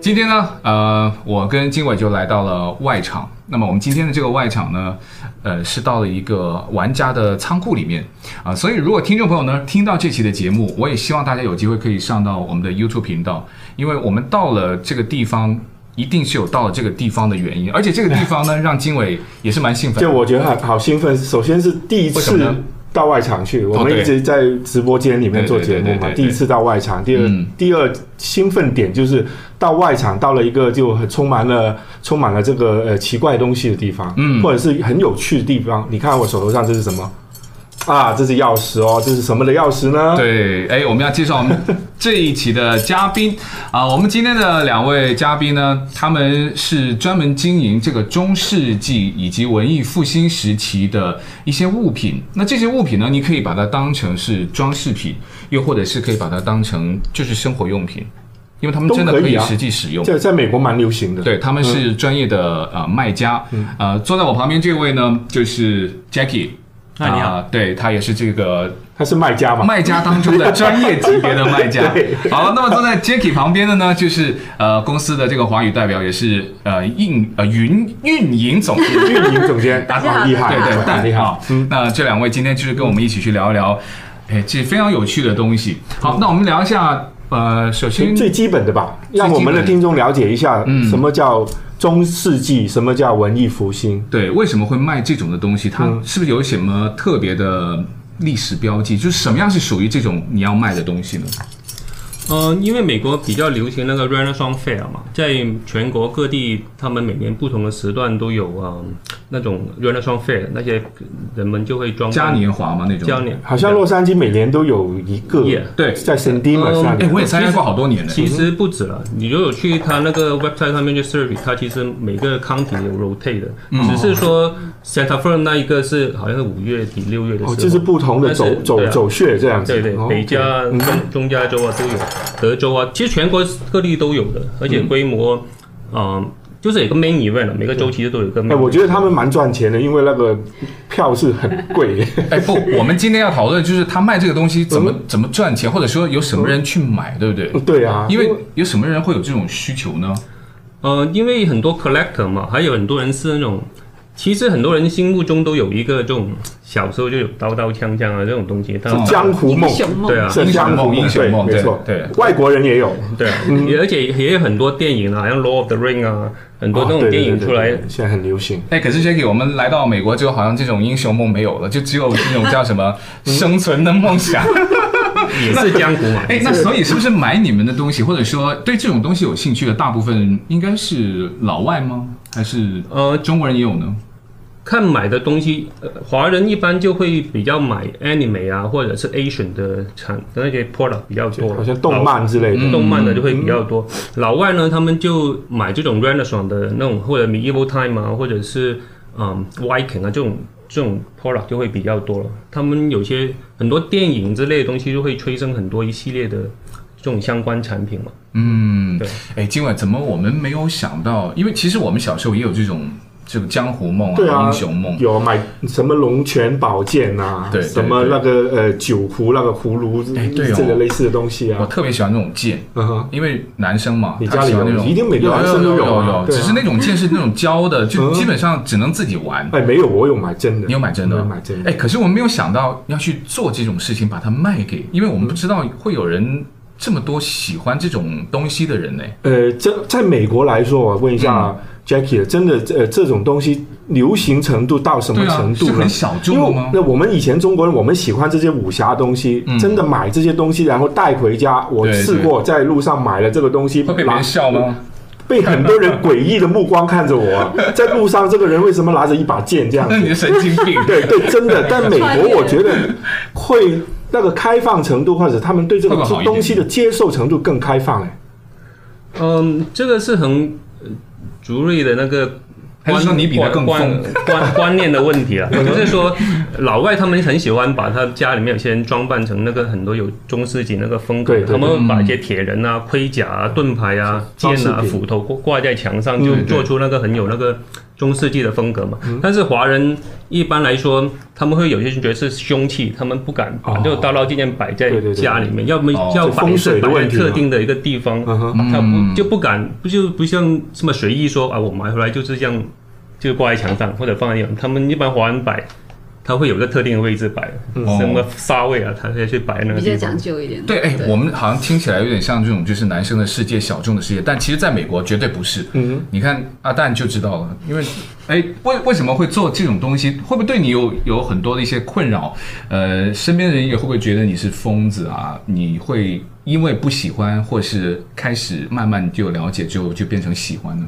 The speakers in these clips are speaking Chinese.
今天呢，呃，我跟经纬就来到了外场。那么我们今天的这个外场呢，呃，是到了一个玩家的仓库里面啊、所以如果听众朋友呢听到这期的节目，我也希望大家有机会可以上到我们的 YouTube 频道，因为我们到了这个地方。一定是有到了这个地方的原因，而且这个地方呢，让经纬也是蛮兴奋的。就我觉得好好兴奋。首先是第一为什么呢哦次到外场去，我们对一直在直播间里面做节目对对对嘛对，对第一次到外场。第二嗯，第二兴奋点就是到外场，到了一个就很充满了充满了这个呃奇怪东西的地方，嗯或者是很有趣的地方。你看我手头上这是什么？啊，这是钥匙哦，这是什么的钥匙 呢？对，哎，我们要介绍我们这一期的嘉宾啊，我们今天的两位嘉宾呢，他们是专门经营这个中世纪以及文艺复兴时期的一些物品。那这些物品呢，你可以把它当成是装饰品，又或者是可以把它当成就是生活用品，因为他们真的都可可以以啊实际使用。在在美国蛮流行的。对，他们是专业的呃卖家。嗯呃，坐在我旁边这位呢，就是 Jackie。哎你好啊对他也是这个它是卖家嘛。卖家当中的啊 专业级别的卖家。好，那么坐在 Jacky 旁边的呢，就是呃公司的这个华语代表，也是呃运呃云运营总监。运营总监，大打家好好厉害，对对，好但厉害。嗯，那这两位今天就是跟我们一起去聊一聊，哎，这非常有趣的东西。好，那我们聊一下，呃，首嗯先最基本的吧，基本让的我们的听众了解一下嗯什么叫中世纪，什么叫文艺复兴。对为什么会卖这种的东西，它是不是有什么特别的历史标记？就是什么样是属于这种你要卖的东西呢？呃，因为美国比较流行那个 Renaissance Fair 嘛，在全国各地，他们每年不同的时段都有啊、呃那种 Renaissance Fair，那些人们就会装嘉年华嘛那种。嘉年，好像洛杉矶每年都有一个 Yeah，对在 San Dimas 嗯那哎，里。我也参加过好多年呢。其实不止了，啊你如果去他那个 website 上面去 search，它其实每个 county 有 rotate 的，只是说 Santa Fe 那一个是好像是五月底六月的时候，哦，就是不同的但是走走对啊走穴这样子。对对，哦北加、中中加州啊都有，德州啊，其实全国各地都有的，而且规模，嗯、就是有个 main event，了每啊个州其实都有一个 main 哎， event。我觉得他们蛮赚钱的，因为那个票是很 贵。 哎不，我们今天要讨论就是他卖这个东西怎么、怎么赚钱，或者说有什么人去买，对不对？对啊，因为有什么人会有这种需求呢？呃，因为很多 collector 嘛，还有很多人是那种，其实很多人心目中都有一个这种小时候就有刀刀枪枪啊这种东西，他嗯江湖梦英雄梦对啊是江湖英雄梦对没错，对对外国人也有。对啊，嗯也而且也有很多电影啊，好像《Lord of the Ring》啊，很多那哦种对电影对对出来，对现在很流行。哎，可是 Jacky，我们来到美国之后，好像这种英雄梦没有了，就只有这种叫什么生存的梦想。 也是江湖嘛。啊哎，那所以是不是买你们的东西，或者说对这种东西有兴趣的，大部分应该是老外吗？还是呃中国人也有呢？看买的东西，呃华人一般就会比较买 anime 啊，或者是 Asian 的产那些 product 比较多，好像动漫之类的嗯老动漫的就会比较多。老外呢，他们就买这种 Renaissance 的那种，或者 Medieval Time 啊，或者是嗯 Viking 啊这种这种 product 就会比较多了。他们有些很多电影之类的东西就会催生很多一系列的这种相关产品嘛。嗯对，哎，今晚怎么我们没有想到？因为其实我们小时候也有这种这种江湖梦对啊，英雄梦。有买什么龙泉宝剑啊，对对什么那个呃酒壶那个葫芦，哎对哦这个类似的东西我啊，特别喜欢那种剑，嗯哼，因为男生嘛，你他家里喜欢有那种，一定每个有男生都有有啊有，对啊只是那种剑是那种胶的，就嗯基本上只能自己玩。哎，没有，我有买真的，你有买真的？我有买真的，哎，可是我没有想到要去做这种事情，把它卖给，因为我们嗯不知道会有人这么多喜欢这种东西的人呢。呃，这在美国来说，我问一嗯下 Jackie，真的呃这种东西流行程度到什么对啊程度是呢很？小因众为吗？那我们以前中国人，我们喜欢这些武侠东西，嗯真的买这些东西，然后带回家。我对对试过在路上买了这个东西，会被别拿人笑吗？被很多人诡异的目光看着 我，啊在路上这个人为什么拿着一把剑这样那你是子？神经病。对对，真的，但美穿越国我觉得会那个开放程度，或者他们对这个会不会好一点东西的接受程度更开放哎。嗯，这个是很呃逐瑞的那个还是观。说你比他更观疯观 观观念的问题啊，嗯就是说老外他们很喜欢把他家里面有些人装扮成那个很多有中世纪那个风格对的，他对嗯们会把一些铁人啊、盔甲啊、盾牌啊、装剑饰啊、品斧头挂挂在墙上，嗯就对做出那个很有那个中世纪的风格嘛。但是华人一般来说，他们会有些人觉得是凶器，他们不敢把哦这个刀刀剑剑摆在对对对家里面，要么哦要这摆风是水的摆在问题特嘛定的一个地方，嗯哼他不就不敢，不就不像这么随意说啊，我买回来就是这样，就挂在墙上或者放在那种。他们一般华人摆，他会有一个特定的位置摆，什么沙位啊，他会去摆那个比地较方讲。究一点。对，哎，我们好像听起来有点像这种就是男生的世界、小众的世界，但其实在美国绝对不是。嗯，你看阿蛋就知道了，因为，哎，为为什么会做这种东西？会不会对你有有很多的一些困扰？呃，身边的人也会不会觉得你是疯子啊？你会因为不喜欢，或是开始慢慢就了解，就就变成喜欢呢？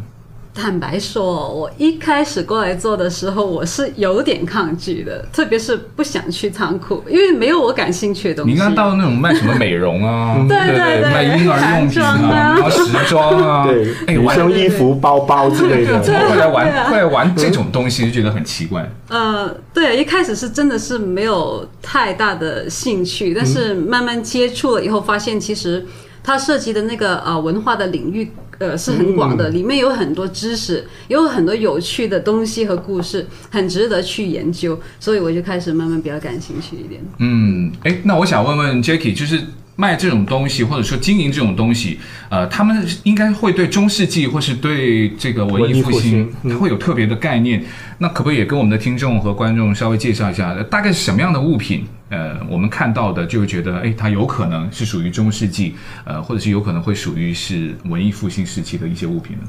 坦白说，我一开始过来做的时候，我是有点抗拒的，特别是不想去仓库，因为没有我感兴趣的东你西。应该到那种卖什么美容啊，对对对对卖婴儿用品男装啊然后时装啊，对，哎，女我生衣服、包包之类对，怎的。么会来玩、 对啊会来玩这种东西，就觉得很奇怪。呃，对，一开始是真的是没有太大的兴趣，但是嗯慢慢接触了以后，发现其实它涉及的那个呃文化的领域呃是很嗯广的，里面有很多知识，有很多有趣的东西和故事，很值得去研究，所以我就开始慢慢比较感兴趣一点。嗯，哎，那我想问问 Jacky，就是卖这种东西，或者说经营这种东西，呃，他们应该会对中世纪或是对这个文艺复文艺复兴兴，嗯它会有特别的概念。那可不可以也跟我们的听众和观众稍微介绍一下，呃大概是什么样的物品？呃，我们看到的就会觉得，哎，它有可能是属于中世纪，呃，或者是有可能会属于是文艺复兴时期的一些物品呢？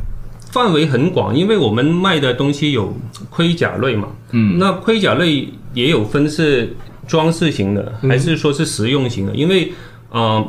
范围很广，因为我们卖的东西有盔甲类嘛，嗯，那盔甲类也有分是装饰型的，还是说是实用型的？因为，呃，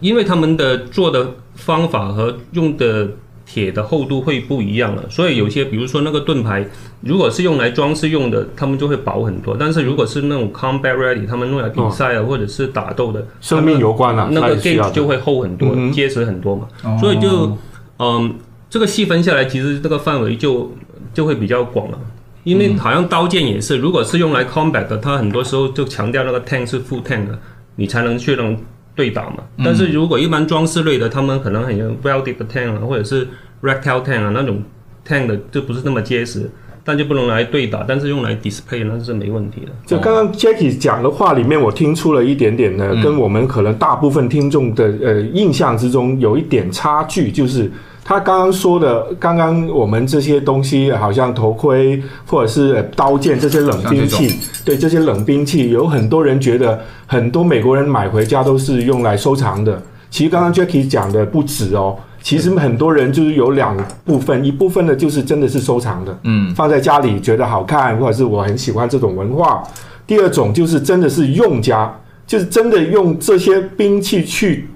因为他们的做的方法和用的铁的厚度会不一样了，所以有些，比如说那个盾牌，如果是用来装饰用的，他们就会薄很多；但是如果是那种 combat ready，他们用来比赛啊，或者是打斗的，生命有关啊那那个也需要的嗯 gauge 哦就会厚很多，结实很多嘛。所以就，嗯，这个细分下来，其实这个范围就就会比较广了。因嗯为好像刀剑也是，如果是用来 combat 的，它很多时候就强调那个 tank 是 full tank 的，你才能去能对打嘛。嗯但是如果一般装饰类的，他们可能很有 welded tank 啊，或者是 rectal tank 啊那种 tank 的，就不是那么结实，但就不能来对打，但是用来 display 那是没问题的。就刚刚 Jackie 讲的话里面，我听出了一点点嗯呢，跟我们可能大部分听众的呃印象之中有一点差距，就是他刚刚说的，刚刚我们这些东西，好像头盔或者是呃刀剑这些冷像这兵器，对这些冷兵器，有很多人觉得很多美国人买回家都是用来收藏的。其实刚刚 Jackie 讲的不止哦，其实很多人就是有两部分，一部分呢就是真的是收藏的，嗯，放在家里觉得好看，或者是我很喜欢这种文化。第二种就是真的是用家，就是真的用这些兵器去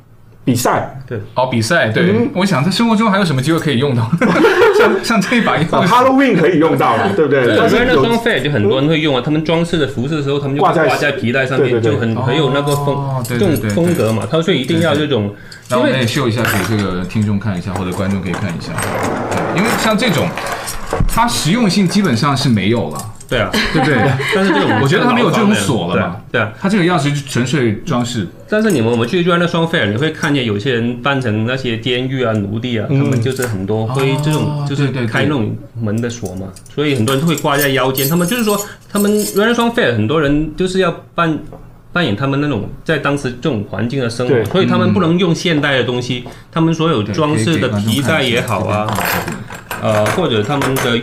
比赛，哦，比赛对，我想在生活中还有什么机会可以用到？ 像像这一把又 啊是 Halloween 可以用到了，对不对？但对，是所以那有双 fair 就很多人会用啊，他们装饰的服饰的时候，他们就挂在挂在皮带上面，对对对就很哦很有那个风，对这对种对对风格嘛。他说一定要这种，那因我们为也秀一下给这个听众看一下，或者观众可以看一下。对，因为像这种，它实用性基本上是没有了，对啊，对不对？但是这种 我觉得他们有这种锁了嘛吧？对啊，它这个钥匙就纯粹装饰，但是你们我们去转那双菲尔，你会看见有些人扮成那些监狱啊、奴隶啊，他们就是很多会这种嗯哦就是对对对开那种门的锁嘛，所以很多人会挂在腰间。他们就是说，他们原来双菲尔很多人就是要扮扮演他们那种在当时这种环境的生活，对所以他们不能用现代的东西，他们所有对装饰的皮带也好啊，，呃，或者他们的，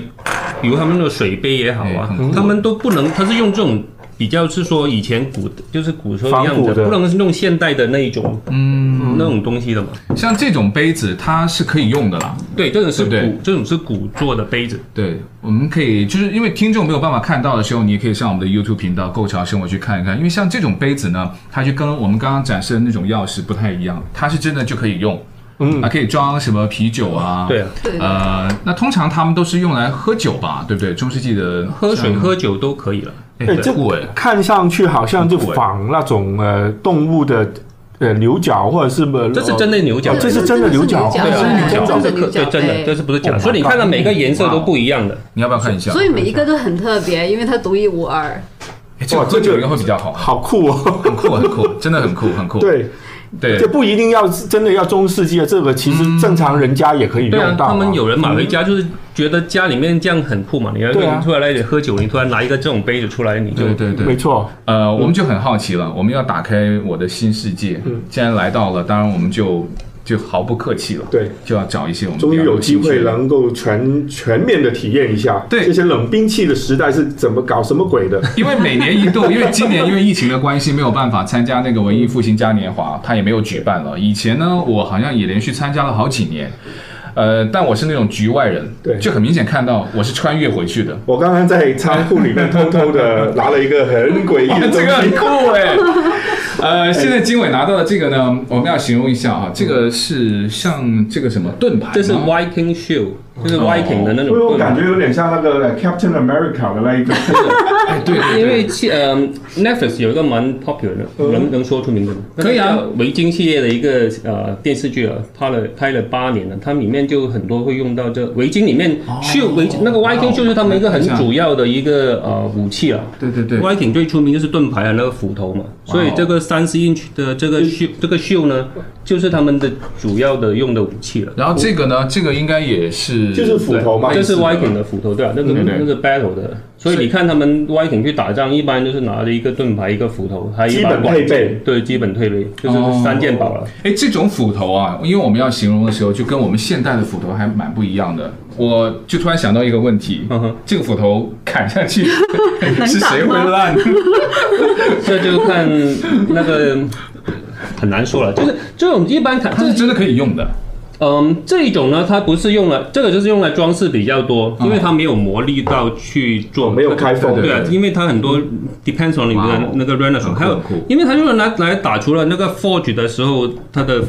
比如他们的水杯也好啊嗯，他们都不能，他是用这种比较是说以前古就是古时候的样仿古子，啊的不能是用现代的那一种，嗯，那种东西的嘛。可以给观众看一下像这种杯子它是可以用的啦。对，这种对是不对古，这种是古做的杯子。对，我们可以就是因为听众没有办法看到的时候，你也可以上我们的 YouTube 频道“购潮生活”去看一看。因为像这种杯子呢，它就跟我们刚刚展示的那种钥匙不太一样，它是真的就可以用，嗯，还可以装什么啤酒啊，对啊，对，呃，那通常他们都是用来喝酒吧，对不对？中世纪的喝水、喝酒都可以了。哎，这滚，看上去好像就仿那种呃动物的呃牛角或者是呃这是真的牛角哦这是真的牛角，这对是啊，牛角这真的是牛可角对真的，哎这是不是 Oh 假？ my 所以你看到 God 每个颜色都不一样的。你要不要看一下？所以每一个都很特别，因为它独一无二。哎这个喝酒应该会比较好，好酷哦。 很酷，很酷，真的很酷，很酷。对，对这不一定要真的要中世纪的，啊这个其实正常人家也可以对啊用，到、他们有人买回家就是觉得家里面这样很酷嘛，你要对啊你突然来点喝酒，你突然拿一个这种杯子出来，你就对对对，没错，呃，我们就很好奇了，我们要打开我的新世界。嗯既然来到了，当然我们就就毫不客气了，对，就要找一些我们终于有机会了。能够全全面的体验一下，对这些冷兵器的时代是怎么搞什么鬼的？ 因为每年一度， 因为今年因为疫情的关系，没有办法参加那个文艺复兴嘉年华，它也没有举办了。以前呢，我好像也连续参加了好几年，呃，但我是那种局外人，对就很明显看到我是穿越回去 的。我刚刚在仓库里面偷偷的拿了一个很诡异的东这西，个很酷哎、 呃，现在经纬拿到的这个呢，我们要形容一下啊，这个是像这个什么盾牌吗，这是 Viking shield，就是哦 Viking 的那因种为我盾牌感觉有点像那个呃 Captain America 的 那一个，哎，对对对，因为其呃，Netflix 有一个蛮 popular 的，能能说出名字吗？可以啊那个叫维京系列的一个呃电视剧啊，拍了拍了八年了，它里面就很多会用到这围巾里面哦去围那个 Viking 就是他们一个很主要的一个呃武器啊。对对对， Viking 最出名就是盾牌和那个斧头嘛，所以这个三十 inch 的这个秀这个秀呢，就是他们的主要的用的武器了。然后这个呢，这个应该也是就是斧头嘛对这是类似的 Viking 的斧头，对吧、那个对对那个 battle 的，所以你看他们 Viking 去打仗，一般就是拿着一个盾牌、一个斧头，还有一把基本管配备剑，对，基本配备就哦是三件宝了。哎，这种斧头啊，因为我们要形容的时候，就跟我们现代的斧头还蛮不一样的。我就突然想到一个问题，嗯哼这个斧头砍下去吗是谁会烂？这就看那个很难说了，就是这种一般看，它这是真的可以用的，嗯，这一种呢，它不是用来，这个就是用来装饰比较多，因为它没有磨砺到去做，哦没有开封对对啊，因为它很多 depends on 你哇哦的那个 Renaissance，还有很酷，因为它用来来打除了那个 forge 的时候，它的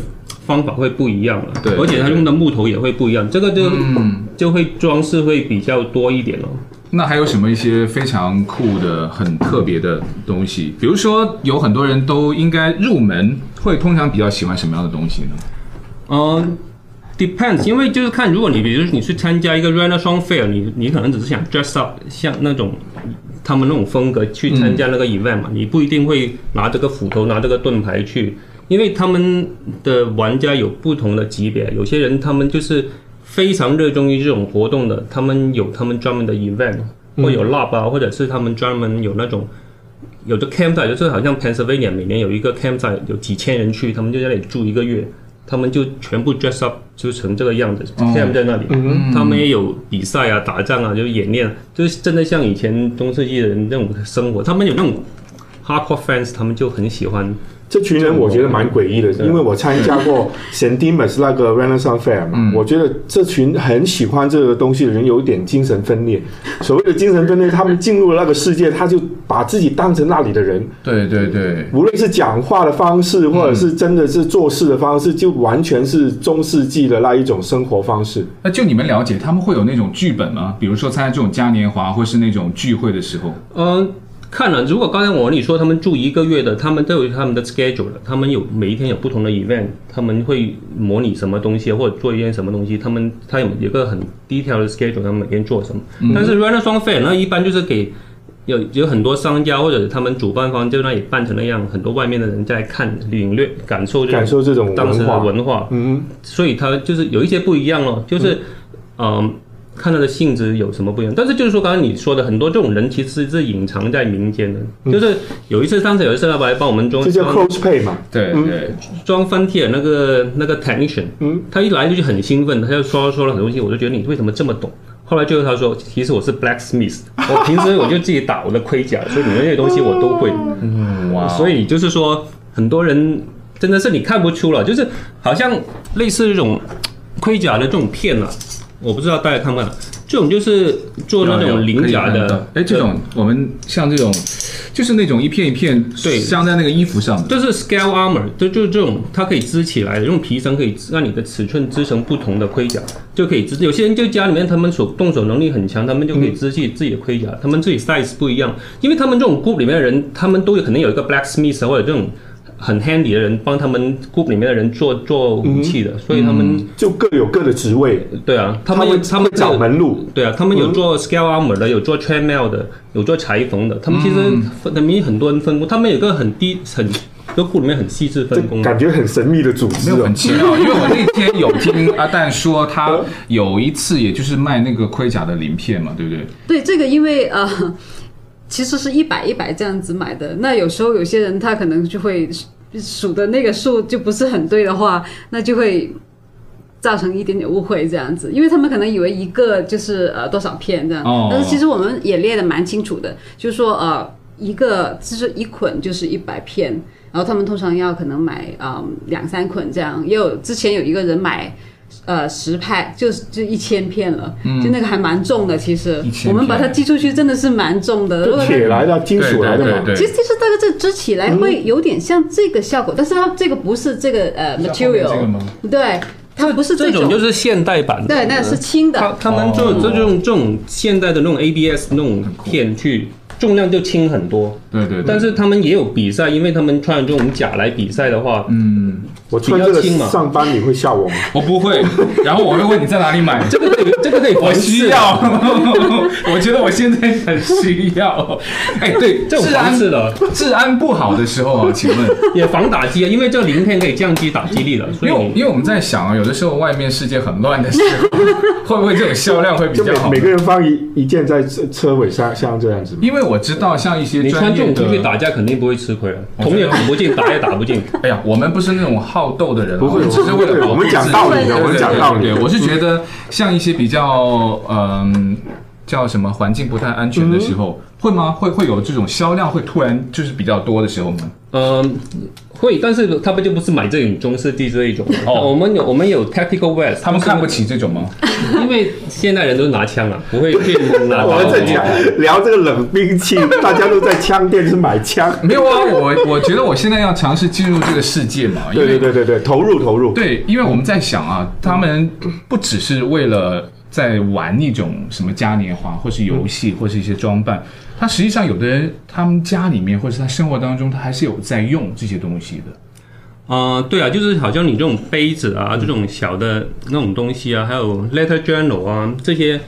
方法会不一样了，对嗯而且它用的木头也会不一样，这个就就会装饰会比较多一点咯。那还有什么一些非常酷的、很特别的东西？比如说，有很多人都应该入门会通常比较喜欢什么样的东西呢？嗯，depends，因为就是看，如果你比如你去参加一个 Renaissance Fair，你你可能只是想 dress up，像那种他们那种风格去参加那个 event 嘛，你不一定会拿这个斧头、拿这个盾牌去，因为他们的玩家有不同的级别，有些人他们就是非常热衷于这种活动的，他们有他们专门的 event，或有 lab 啊，或者是他们专门有那种。有的 campsite 就是好像 Pennsylvania 每年有一个 campsite 有几千人去，他们就在那里住一个月，他们就全部 dress up 就成这个样子哦，camp 在那里。他们也有比赛啊、打仗啊，就是演练，就是真的像以前中世纪的人那种生活。他们有那种 hardcore fans，他们就很喜欢。这群人我觉得蛮诡异的，因为我参加过 San Dimas 那个 Renaissance Fair 嗯嘛，我觉得这群很喜欢这个东西的人有点精神分裂。所谓的精神分裂，他们进入了那个世界，他就把自己当成那里的人，嗯对对对，无论是讲话的方式，或者是真的是做事的方式，就完全是中世纪的那一种生活方式。那就你们了解，他们会有那种剧本吗？比如说参加这种嘉年华或是那种聚会的时候，嗯，看了，如果刚才我跟你说他们住一个月的，他们都有他们的 schedule 的，他们有每一天有不同的 event，他们会模拟什么东西或者做一件什么东西，他们他有一个很 detail 的 schedule，他们每天做什么。嗯但是 Renaissance Fair 呢，一般就是给有有很多商家或者他们主办方就那里办成那样，很多外面的人在看领略感受这种感受这种当时文的化，文化，嗯，所以它就是有一些不一样咯，就是，嗯、看它的性质有什么不一样。但是就是说，刚刚你说的很多这种人其实是隐藏在民间的，就是有一次，上次有一次，老板帮我们装这叫装 cosplay 嘛。对嗯对，装 frontier 那个那个 technician，嗯他一来就很兴奋，他就说说了很多东西，我就觉得你为什么这么懂？后来就是他说，其实我是 blacksmith，我平时我就自己打我的盔甲，所以你们那些东西我都会。哇，哦所以就是说，很多人真的是你看不出了，就是好像类似这种盔甲的这种片啊，我不知道大家看不看，这种就是做那种鳞甲的，哎，这种我们像这种，就是那种一片一片，对镶在那个衣服上的，这是 scale armor，就就是这种，它可以织起来的，用皮绳可以让你的尺寸织成不同的盔甲，就可以织。有些人就家里面他们手动手能力很强，他们就可以织起自己的盔甲，他们自己 size 不一样，因为他们这种 group 里面的人，他们都有可能有一个 blacksmith 啊或者这种很 handy 的人帮他们 group 里面的人做做武器嗯的，所以他们、就各有各的职位，对啊，他们会他们会找门嗯路，对啊，他们有做 scale armor 的，有做嗯 chainmail 的，有做裁缝的。他们其实分他们很多人分工，他们有一个很低很这个库里面很细致这分工的感。觉很神秘的组织没有哦很。奇 妙，因为我那天有听阿蛋说， 他有一次也就是卖那个盔甲的鳞片嘛，对不对？对这个，因为呃，其实是一百一百这样子买的。那有时候有些人他可能就会数的那个数就不是很对的话，那就会造成一点点误会这样子，因为他们可能以为一个就是呃多少片这样，哦但是其实我们也列的蛮清楚的，就是说呃一个就是一捆就是一百片。然后他们通常要可能买啊、嗯两三捆这样，也有之前有一个人买呃十派，就是就一千片了，就那个还蛮重的。其实1000片我们把它寄出去真的是蛮重的。如就果它铁来的、金属来的对嘛，对嗯其实对，其实大概这织起来会有点像这个效果，但是它这个不是这个呃像后面 material，这个吗对，它不是这种，种就是现代版的，对，那是轻他的，他们就哦这种这种现代的那种 ABS 那种片去重量就轻很多，对对对。但是他们也有比赛，因为他们穿这种甲来比赛的话，嗯，我穿这个比较轻嘛上班你会笑我吗？我不会，然后 我会问你在哪里买，这个可以这个可以我缝需制，要， 我觉得我现在很需 要。哎，对，这种治防安治的 治安不好的时候啊，请问，也防打击啊，因为这个鳞片可以降低打击力的，所因以为我因为我们在想啊，有的时候外面世界很乱的时 候，会不会这种销量会比就较好每每？个人放一一件在车车尾上，像这 样子嘛。因为我知道像一些你穿专这业种出去的，哦打架肯定不会吃亏了，我捅知也道捅不进，打也打 不进。哎呀，我们不是那种好斗的人啊，不我会们只是为了保护我们讲自己道理的对我们讲道理的对对嗯对我是觉得像一些比较嗯。叫什么环境不太安全的时候，嗯会吗？会会有这种销量会突然就是比较多的时候吗？嗯，会，但是他们就不是买这种中世纪这一种，哦我们有我们有 tactical vest，他们就是看不起这种吗？因为现代人都拿枪啊，不会去拿刀我啊。们在讲哦 聊这个冷兵器，大家都在枪店去买枪。没有啊，我我觉得我现在要尝试进入这个世界嘛，因对对为对对对，投入投入。对，因为我们在想啊，嗯他们不只是为了在玩一种什么嘉年华，或是游戏，或是一些装扮，他实际上有的人他们家里面或是他生活当中，他还是有在用这些东西的。呃，对啊，就是好像你这种杯子啊，这种小的那种东西啊，还有 letter journal 啊，这些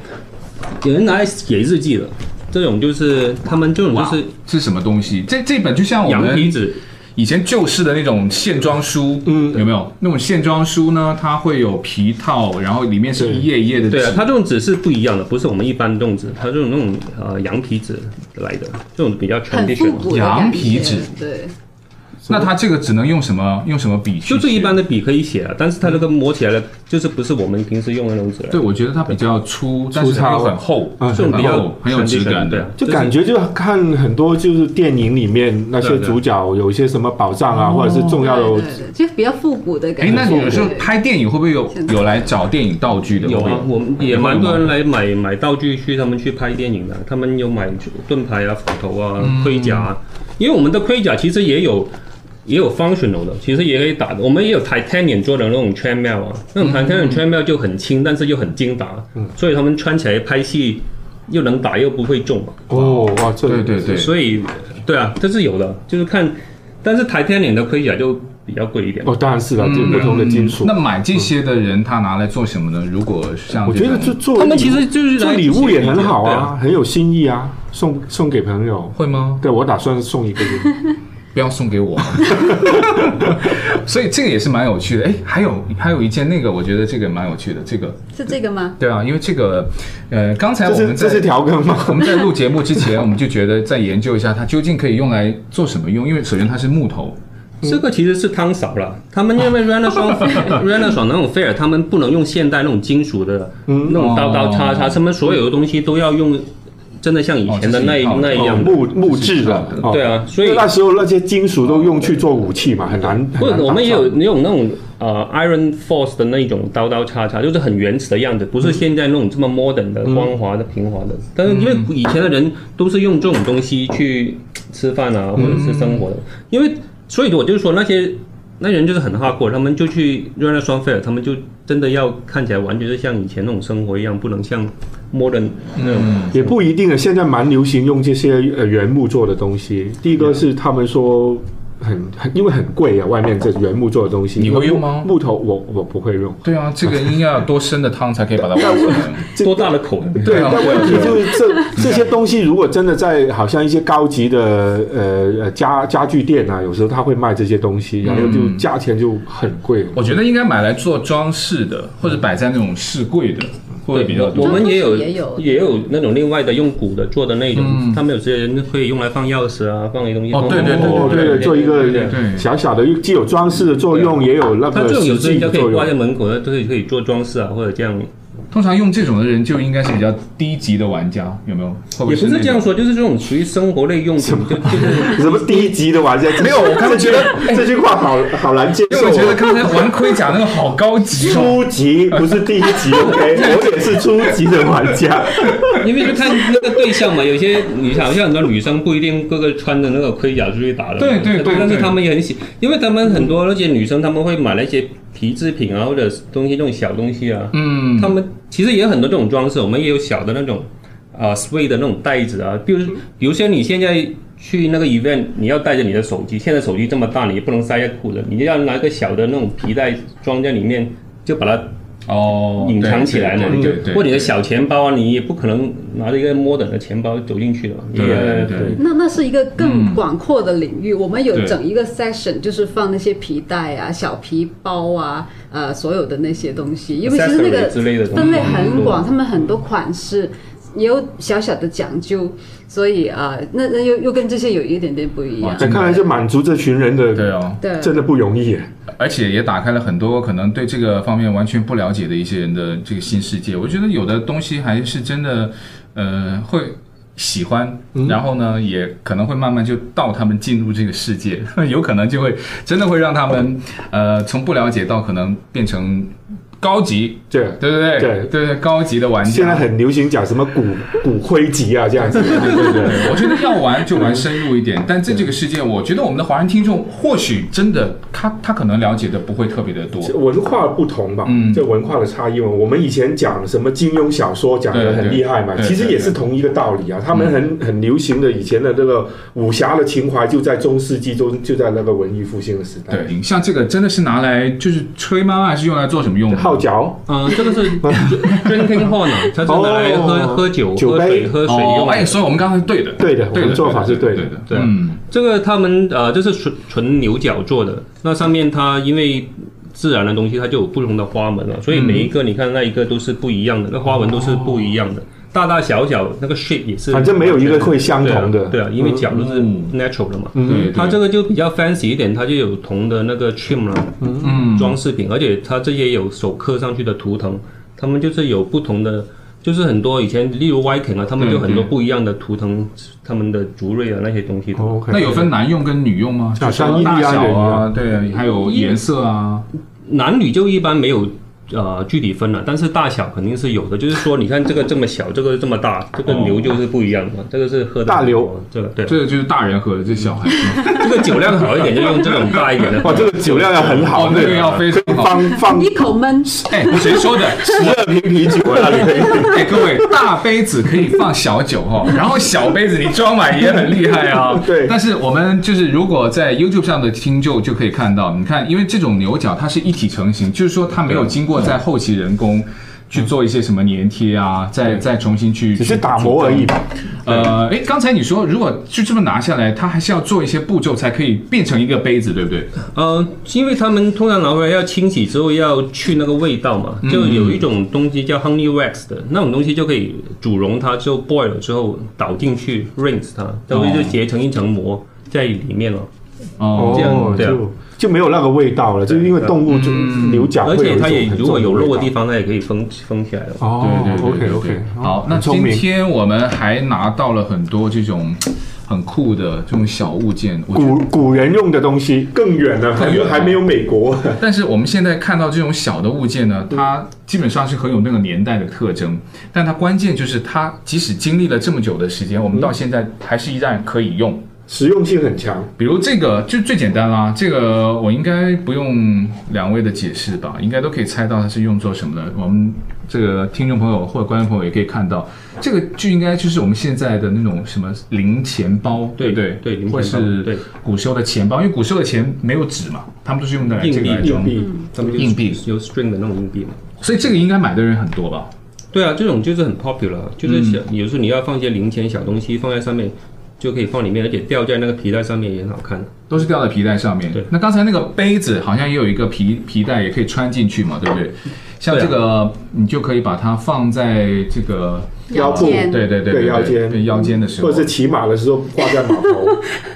有人拿来写日记的，这种就是他们这种就是是什么东西？这这本就像我羊们皮纸，以前旧式的那种线装书，嗯，有没有那种线装书呢？它会有皮套，然后里面是一页一页的对啊纸，它这种纸是不一样的，不是我们一般的这种纸，它这种那种呃羊皮纸来的，这种比较很复 traditional。古的羊感皮觉纸，对。那它这个只能用什么用什么笔去写？就是一般的笔可以写啊，但是它那个摸起来的，就是不是我们平时用的那种纸了，对，我觉得它比较粗，但是它又很厚，嗯这种比然较后啊很有质 traditional，感对啊的。，就是感觉就看很多就是电影里面那些对对主角有一些什么宝藏啊，或者是重要对的对对，就比较复古的感哎觉。，那你有时候对拍电影会不会有现在有来找电影道具的？有会啊，不会我们也蛮多人来买买道具去他们去拍电影的，他们有买盾牌啊、斧头啊、嗯盔甲、啊，因为我们的盔甲其实也有也有 functional 的，其实也可以打的，我们也有 titanium 做的那种 chainmail 啊，那嗯种 titanium chainmail 就很轻，但是又很精打，所以他们穿起来拍戏又能打又不会重嘛，哦，哇，这对对对，所以对啊，这是有的，就是看，但是 titanium 的盔甲就比较贵一点。哦，当然是了，就不同的金嗯属嗯那。买这些的人，他拿来做什么呢？如果像我这觉得种就做他们其实就是做来礼物也很好对啊，啊很有心意啊，送送给朋友。会吗？对，我打算送一个给 你。不要送给 我。 所以这个也是蛮有趣的。哎，还有还有一件那个，我觉得这个蛮有趣的。这个是这个吗？对啊，因为这个呃，刚才这我是们这在是调羹吗？ 我们在录节目之 前，我们就觉得再研究一下它究竟可以用来做什么用，因为首先它是木头，这个其实是汤勺了，他们因为 Renaissance Renaissance 那种 fair，他们不能用现代那种金属的那种哦刀刀叉叉，他们所有的东西都要用，真的像以前的那一哦这那是一套一哦样的。木木质的这是，哦对啊，所以那时候那些金属都用去做武器嘛，很难。很不，难我们也有打造也有那种呃 Iron Force 的那种刀刀叉叉，就是很原始的样子，不嗯是现在那种这么 modern 的光滑的平滑的。但是因为嗯以前的人都是用这种东西去吃饭啊，嗯或者是生活的，因为所以我就说那些那人就是很 hardcore，他们就去热那双菲尔，他们就真的要看起来完全是像以前那种生活一样，不能像 modern 那种。也不啊一定的，现在蛮流行用这些呃原木做的东西。第一个是他们说很很，因为很贵啊，外面这原木做的东西，你会用吗木木头我我不会用。对啊，这个应该要多深的汤才可以把它挖出来。多大的口？对，啊但问 题就是这这些东西，如果真的在好像一些高级的呃呃家家具店啊，有时候他会卖这些东西，然后就价钱就很贵。我觉得应该买来做装饰的，或者摆在那种饰柜的，会比较嗯多。我们也有装饰也有也有那种另外的用鼓的做的那种，他们有些人可以用来放钥匙啊，放一些东西。嗯哦对对对哦，对对，做一个对对小小的，又既有装饰的作用，也有那呃它个这种有实时候际的可以作挂在用。门口，都可以可以做装饰啊，或者这样。通常用这种的人就应该是比较低级的玩家，有没有？会会也不那是种这样说，就是这种属于生活类用品，就就是什么低级的玩家？没有我刚才觉得这句话好好难接因受为哦。我觉得刚才玩盔甲那个好高级哦。初级不是低级，OK，我也是初级的玩家。因为就看那个对象嘛，有些你好像很多女生不一定个个穿着那个盔甲出去打的嘛，对对对但是对她们也很喜，因为她们很多那些女生她们会买那些皮制品啊或者东西这种小东西啊，嗯，她们其实也有很多这种装饰，我们也有小的那种啊 sway 的那种袋子啊，比如嗯比如说你现在。去那个 event，你要带着你的手机，现在手机这么大，你也不能塞在裤子，你就要拿个小的那种皮带装在里面，就把它哦，隐藏起来了，对你就对对，或你的对小钱包啊，你也不可能拿着一个 modern 的钱包走进去的嘛。对啊也对对那那是一个嗯更广阔的领域，我们有对整一个 session，就是放那些皮带啊、小皮包啊、呃，所有的那些东西，因为其实那 Accessory 之类的个东西嗯分类很广，他们很多款式也有小小的讲究，所以啊、呃那那又又跟这些有一点点不一哇样。这那看来是满足这群人对的，哦，对，真的不容易耶。而且也打开了很多可能对这个方面完全不了解的一些人的这个新世界。我觉得有的东西还是真的，呃，会喜欢，嗯然后呢，也可能会慢慢就到他们进入这个世界， 有可能就会真的会让他们，呃，从不了解到可能变成高级，对对不对？对对对，高级的玩家。现在很流行讲什么骨骨灰级啊，这样子，对对对。我觉得要玩就玩深入一 点，但在这个世界，我觉得我们的华人听众或许真的他他可能了解的不会特别的多。文化不同吧，嗯这文化的差异嘛。我们以前讲什么金庸小说讲的很厉害嘛，对对对其实也是同一个道理啊。他们很很流行的以前的那个武侠的情怀，就在中世纪中，就在那个文艺复兴的时代。，对，像这个真的是拿来就是吹吗？还是用来做什么用的？号角，嗯，这个是 drinking horn，啊 它是拿来哦喝喝酒、酒喝水、杯喝水哦用。哎，所以我们刚才是对的，对的对我们做法是对对的的的，对啊嗯，这个他们呃，这是纯纯牛角做的，那上面它因为自然的东西，它就有不同的花纹啊了，所以每一个你看那一个都是不一样的，那花纹都是不一样的，大大小小那个 shape 也是，反正没有一个会相同的。嗯对啊，对啊因为角都是 natural 的嘛，嗯对，它对这个就比较 fancy 一点，它就有铜的那个 trim 啦，嗯装饰品，而且它这些有手刻上去的图腾，他们就是有不同的，就是很多以前例如 Viking 啊，他们对就很多对不一样的图腾，他们的族类啊那些东西的。 OK，那有分男用跟女用吗？啊就是像印第大安小人一啊，样对，还有颜色啊，男女就一般没有。呃，具体分了，但是大小肯定是有的。就是说，你看这个这么小，这个这么大，这个哦牛就是不一样的。这个是喝的大牛，这个对，这个就是大人喝的，这小孩这个酒量好一点就用这种大一点的。哇，这个酒量要很好，哦，那个要非常好。 放放一口闷，哎，谁说的？十二瓶啤酒啊， 你可以。哎，各位，大杯子可以放小酒 哈、哦，然后小杯子你装满也很厉害啊。对但是我们就是如果在 YouTube 上的听众就可以看到，你看，因为这种牛角它是一体成型，就是说它没有经过在后期人嗯工。去做一些什么粘贴啊，再再重新去只是打磨而已吧。呃，哎，刚才你说如果就这么拿下来，它还是要做一些步骤才可以变成一个杯子，对不对？呃，因为他们通常拿回来要清洗之后要去那个味道嘛，嗯就有一种东西叫 honey wax 的那种东西，就可以煮溶它之后 boil 了之后倒进去 rinse 它，哦然后就结成一层膜在里面了。哦，这样哦，对啊嗯就就没有那个味道了，就是因为动物就牛角会而有一且种它也很重如果有的味肉的道地方，它也可以封封起来了。哦对对对，OK 对 OK，好，那聪今明。天我们还拿到了很多这种很酷的这种小物件，我觉得。古古人用的东西更远了，还更远没了还没有美国。但是我们现在看到这种小的物件呢，它基本上是很有那个年代的特征，但它关键就是它即使经历了这么久的时间，我们嗯到现在还是依然可以用。实用性很强，比如这个就最简单啦，这个我应该不用两位的解释吧，应该都可以猜到它是用作什么的。我们这个听众朋友或者观众朋友也可以看到，这个就应该就是我们现在的那种什么零钱包，对不对？对零钱包或者对是古修的钱包，因为古修的钱没有纸嘛，他们都是用哎的这个来装硬币，他们就硬币有 string 的那种硬币嘛。所以这个应该买的人很多吧？对啊，这种就是很 popular，就是小，嗯有时候你要放一些零钱小东西放在上面，就可以放里面，而且吊在那个皮带上面也很好看。哦都是吊在皮带上面。对那刚才那个杯子好像也有一个皮皮带，也可以穿进去嘛，对不对？像对啊这个，你就可以把它放在这个，腰部腰间哦对对对对腰间对腰间的时候或，者是骑马的时候挂在马 头，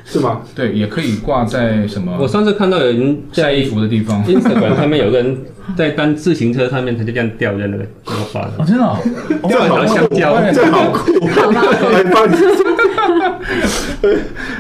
是吗？ 对，也可以挂在什我么上次看到有人晒在衣服的地 方。 Instagram 上面有个人在单自行车上面，他就这样吊在那个那个把哦，真的、哦， 这吊好条香蕉。这好酷，来帮你。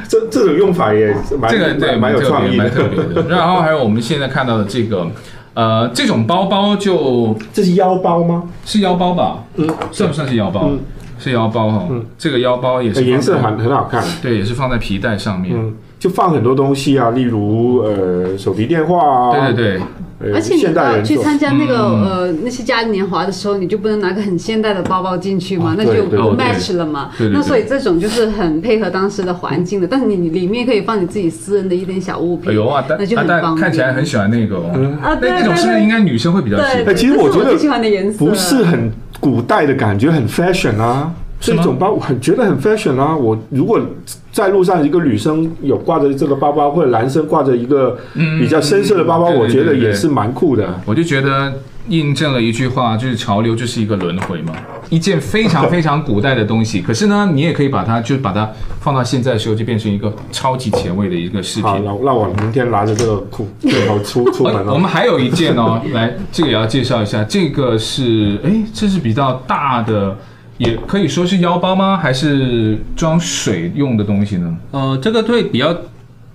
这这种用法也蛮这个对蛮蛮有创意蛮特的，别的。然后还有我们现在看到的这个，呃，这种包包就这是腰包吗？是腰包吧？嗯，算不算是腰包？嗯是腰包哈、这个腰包也是呃颜色放在很很好看，对，也是放在皮带上面。嗯，就放很多东西啊，例如呃手提电话啊，对对对，对而且你现代到人去做参加那个、嗯呃那些嘉年华的时候，你就不能拿个很现代的包包进去嘛，那对就对不哦对 match 了嘛。对对对那所以这种就是很配合当时的环境的，但是你里面可以放你自己私人的一点小物品，哎呦啊，大那就大很家方便。看起来很喜欢那个哦，嗯啊，对那那种是不是应该女生会比较喜对，欢？对哎其实我这觉是得最喜欢的颜色不是很古代的感觉，很 fashion 啊。是这吗种包我很觉得很 fashion 啊！我如果在路上一个女生有挂着这个包包，或者男生挂着一个嗯比较深色的包包，嗯嗯嗯我觉对得对对也是蛮酷的。我就觉得印证了一句话，就是潮流就是一个轮回嘛，一件非常非常古代的东西，可是呢，你也可以把它就把它放到现在的时候，就变成一个超级前卫的一个饰好，品。那那我明天拿着这个裤，然后出出门呃 我了。们还有一件哦， 来，这个也要介绍一下，这个是，哎，这是比较大的，也可以说是腰包吗？还是装水用的东西呢？呃，这个对比较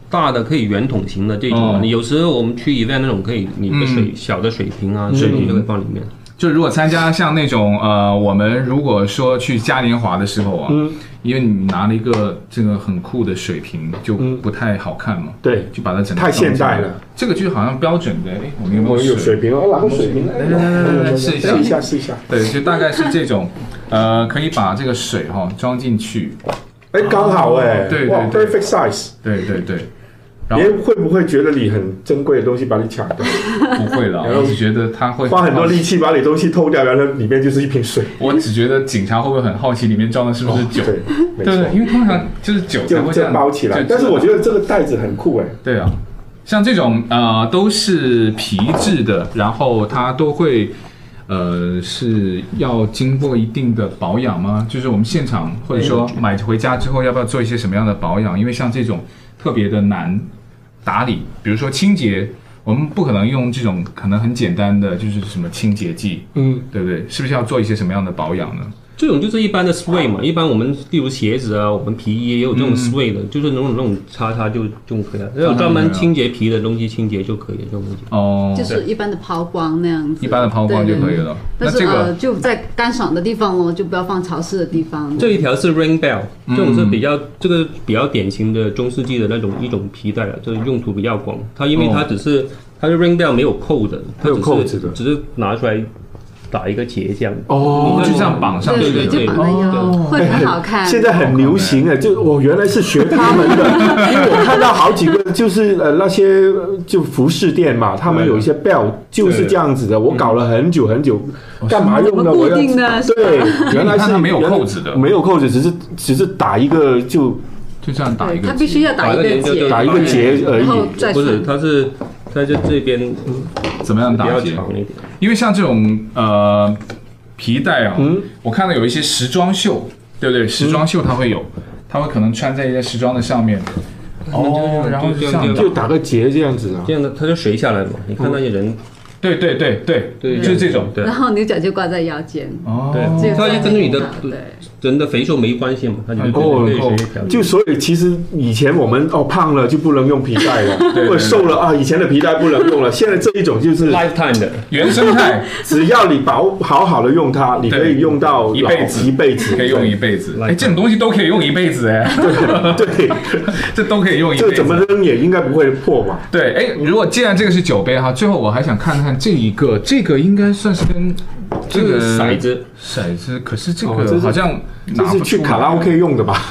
大的可以圆筒型的这种啊，嗯你有时候我们去 event 那种可以，你的水小的水瓶啊，水瓶就可以放里面。就如果参加像那种呃，我们如果说去嘉年华的时候啊，嗯因为你拿了一个这个很酷的水瓶，就不太好看嘛，嗯对就把它整个太现代装起来了。这个就好像标准的，哎，我们有没我有有水水？瓶，哦拿个水瓶来哎来来来来来试试一一下下，试一下。对，就大概是这种，呃，可以把这个水哈、装进去，哎，刚好哎，哦对对哇对，perfect size。对对对，然别后人会不会觉得你很珍贵的东西把 你抢掉，不会了，然后我只觉得它会花很多力。气把你东西偷掉，然后里面就是一瓶水？我只觉得警察会不会很好奇里面装的是不是酒？对，没对错。对，因为通常就是酒才就会这就样包起来。就但是我知道觉得这个袋子很酷哎、对啊，像这种呃都是皮质的，然后它都会呃是要经过一定的保养吗？就是我们现场或者说买回家之后要不要做一些什么样的保养？因为像这种特别的难打理，比如说清洁。我们不可能用这种可能很简单的，就是什么清洁剂，嗯，对不对？是不是要做一些什么样的保养呢？这种就是一般的 sway 嘛，一般我们例如鞋子啊，我们皮衣也有这种 sway 的，就是那种那种擦擦就就可以了，有专门清洁皮的东西清洁就可以了，这种东西。哦，就是一般的抛光那样子，一般的抛光就对对可以了。但那是、这个呃，就在干爽的地方哦咯，就不要放潮湿的地方。这一条是 ring bell，嗯这种是比较、这个比较典型的中世纪的那种一种皮带了，就是用途比较广。它因为它哦只是、它的 ring bell 没有扣的，它没有扣只子是的只是拿出来打一个结这样。哦哦，嗯就这样绑上去呃对就可以对，了，哦就绑在腰，会很好看。现在很流行哎、嗯就我原来是学他们 的，因为我看到好几个就是呃那些呃就服饰店嘛，他们有一些嗯 bell 就是这样子的，我搞了很久很久，干嘛用呢？怎么我要固定呢是吧对，原来你看是哦它没有扣子的没有扣子，只是只是打一个就就这样打一对，个它结。必须要打一个打一个结结，打一个结而已然后再不是，穿它是它就这边怎么样比打较结？长一点。因为像这种呃皮带啊，嗯我看到有一些时装秀，对不对？时装秀它会有，它会可能穿在一些时装的上面。哦，然后就这样就打个结这样子啊这。样的它就垂下来嘛。你看那些人，对对对对对就是这种。对然后牛角就挂在腰间。哦，这对，个它就跟你的对人的肥瘦没关系嘛，它就哦对哦对对就所以其实以前我们哦胖了就不能用皮带了， 对或者瘦了啊以前的皮带不能用了，现在这一种就是。 lifetime 的。原生态只要你保好好的用它，你可以用到老一辈子一辈子可以用一辈子。来哎，这种东西都可以用一辈子哎， 对，这都可以用一这辈个怎么子。扔也应该不会破吧？对，哎，如果既然这个是酒杯哈，最后我还想看看这一个，这个应该算是跟这个就是骰子，骰子，可是这哦这个是好像拿这不是去出来卡拉 OK 用的吧？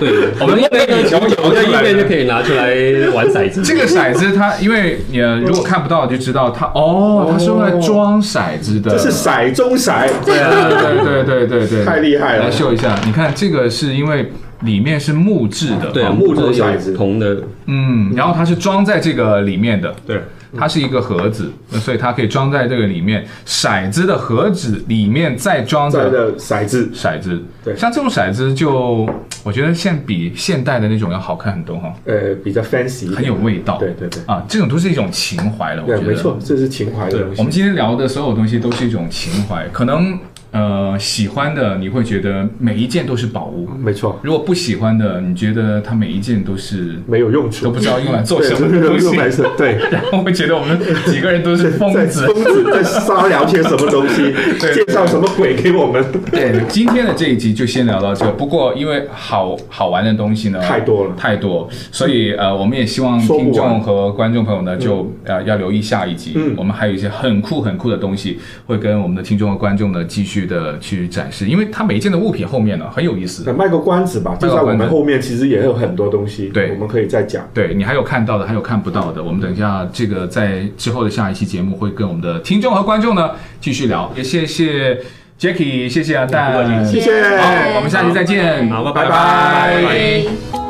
对，我们 那个小小在一边就可以拿出来玩骰子。这个骰子它，因为你呃如果看不到就知道它哦，它是用来装骰子的。这是骰中骰，对啊对对对对对，太厉害了来秀一下，你看这个是因为里面是木质的，对啊，哦木头木头骰有子铜的，嗯，然后它是装在这个里面的，对，它是一个盒子，所以它可以装在这个里面。骰子的盒子里面再装在着的骰子，骰子，对像这种骰子就我觉得现比现代的那种要好看很多哈，呃，比较 fancy，一点很有味道。对对对，啊，这种都是一种情怀了，我对，觉得。没错，这是情怀的对东我西们。今天聊的所有东西都是一种情怀，可能呃喜欢的你会觉得每一件都是宝物，没错，如果不喜欢的，你觉得它每一件都是没有用都处不。知道用来做对，什这么是的东用西，来是，对，然后会觉 得我们几个人都是疯在子。疯子在瞎聊些什么东西， 对介绍什么鬼给我们， 对，今天的这一集就先聊到这。不过因为好好玩的东西呢太多了太多，所以呃，我们也希望说不听完众和观众朋友呢，就呃要留意下一集。嗯我们还有一些很酷很酷的东西会跟我们的听众和观众呢继续的去展示，因为它每一件的物品后面呢很有意思。那卖个关子吧，就在卖我个关们子后面其实也有很多东西，对我们可以再讲。对你还有看到的，还有看不到的，我们等一下这个在之后的下一期节目会跟我们的听众和观众呢继续聊，也谢谢 Jacky，谢谢阿蛋，谢谢好，我们下期再见，好拜拜拜拜拜拜拜